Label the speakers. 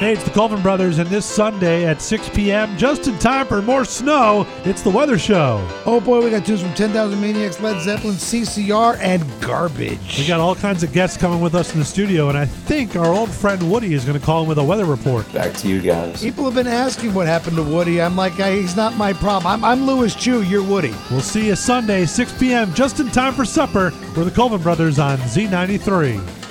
Speaker 1: Hey, it's the Colvin Brothers, and this Sunday at 6 p.m., just in time for more snow, it's the Weather Show.
Speaker 2: Oh boy, we got tunes from 10,000 Maniacs, Led Zeppelin, CCR, and Garbage.
Speaker 1: We got all kinds of guests coming with us in the studio, and I think our old friend Woody is going to call in with a weather report.
Speaker 3: Back to you guys.
Speaker 2: People have been asking what happened to Woody. I'm like, I, he's not my problem. I'm, I'm Lewis Chew, you're Woody.
Speaker 1: We'll see you Sunday, 6 p.m., just in time for supper. We're the Colvin Brothers on Z93.